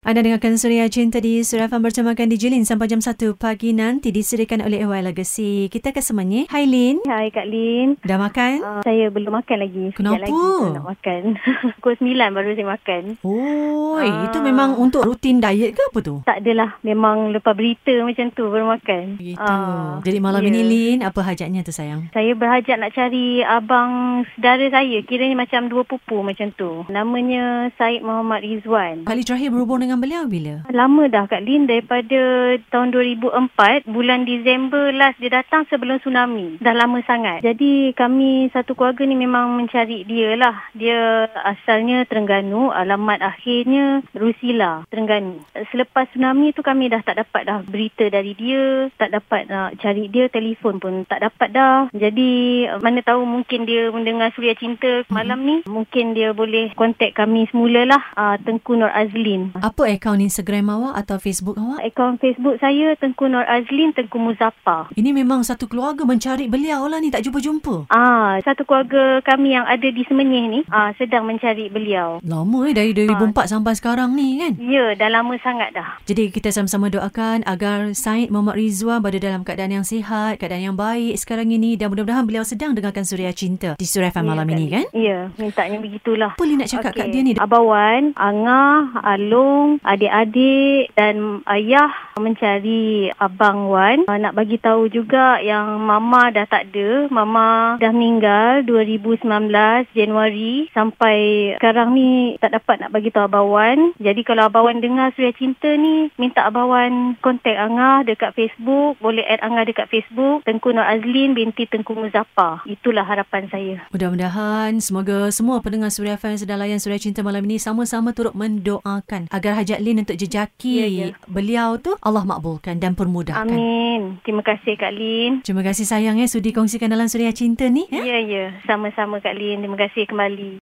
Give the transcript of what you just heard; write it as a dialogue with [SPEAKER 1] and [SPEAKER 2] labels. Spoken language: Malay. [SPEAKER 1] Anda dengarkan Suria Cinta di Suria FM bertemakan di Jilin sampai jam 1 pagi nanti disediakan oleh EY Legacy. Kita akan semenyi. Hai Lin,
[SPEAKER 2] Hai Kak Lin.
[SPEAKER 1] dah makan?
[SPEAKER 2] Uh, saya belum makan lagi.
[SPEAKER 1] Kenapa?
[SPEAKER 2] Sekejap lagi saya nak makan. Pukul 9 baru saya makan.
[SPEAKER 1] Oi,
[SPEAKER 2] Ah.
[SPEAKER 1] itu memang untuk rutin diet ke apa tu?
[SPEAKER 2] Tak adalah. Memang lepas berita macam tu baru makan.
[SPEAKER 1] Gitu.
[SPEAKER 2] Ah,
[SPEAKER 1] Jadi malam
[SPEAKER 2] ya.
[SPEAKER 1] ini Lin, apa hajatnya tu sayang?
[SPEAKER 2] Saya berhajat nak cari abang saudara saya. Kiranya macam dua pupu macam tu. Namanya Syed Muhammad Rizwan.
[SPEAKER 1] Kali terakhir berhubung dengan beliau bila?
[SPEAKER 2] Lama dah Kak Lin daripada tahun 2004 bulan Disember last dia datang sebelum tsunami. Dah lama sangat. Jadi kami satu keluarga ni memang mencari dia lah. Dia asalnya Terengganu, alamat akhirnya Rusila, Terengganu. Selepas tsunami tu kami dah tak dapat dah berita dari dia, tak dapat nak cari dia, telefon pun tak dapat dah. Jadi mana tahu mungkin dia mendengar Suria Cinta malam ni, mungkin dia boleh kontak kami semula lah uh, Tengku Nur Azlin.
[SPEAKER 1] Apa akaun Instagram awak atau Facebook awak?
[SPEAKER 2] Akaun Facebook saya Tengku Nur Azlin Tengku Muzaffar.
[SPEAKER 1] Ini memang satu keluarga mencari beliau lah ni tak jumpa-jumpa.
[SPEAKER 2] Ah, satu keluarga kami yang ada di Semenyih ni ah, sedang mencari beliau.
[SPEAKER 1] Lama eh dari 2004 sampai sekarang ni kan?
[SPEAKER 2] Ya, dah lama sangat dah.
[SPEAKER 1] Jadi kita sama-sama doakan agar Syed Muhammad Rizwan berada dalam keadaan yang sihat, keadaan yang baik sekarang ini dan mudah-mudahan beliau sedang dengarkan Suria Cinta di Suria FM malam ini kan?
[SPEAKER 2] Ya, mintanya begitulah.
[SPEAKER 1] Apa Li nak cakap okay. kat dia ni?
[SPEAKER 2] Abawan, Angah, Along, adik-adik dan ayah mencari Abang Wan. Ah, Nak bagi tahu juga yang Mama dah tak ada. Mama dah meninggal 2019 Januari sampai sekarang ni tak dapat nak bagi tahu Abang Wan. Jadi kalau Abang Wan dengar Suria Cinta ni, minta Abang Wan kontak Angah dekat Facebook. Boleh add Angah dekat Facebook. Tengku Nur Azlin binti Tengku Muzaffar. Itulah harapan saya.
[SPEAKER 1] Mudah-mudahan semoga semua pendengar Suria FM yang sedang layan Suria Cinta malam ini sama-sama turut mendoakan agar hajat Lin untuk jejaki
[SPEAKER 2] Ya, ya.
[SPEAKER 1] beliau tu Allah makbulkan dan permudahkan.
[SPEAKER 2] Amin. Terima kasih Kak Lin.
[SPEAKER 1] Terima kasih sayang eh sudi kongsikan dalam Suria Cinta ni.
[SPEAKER 2] Ya, ya. Sama-sama Kak Lin. Terima kasih kembali.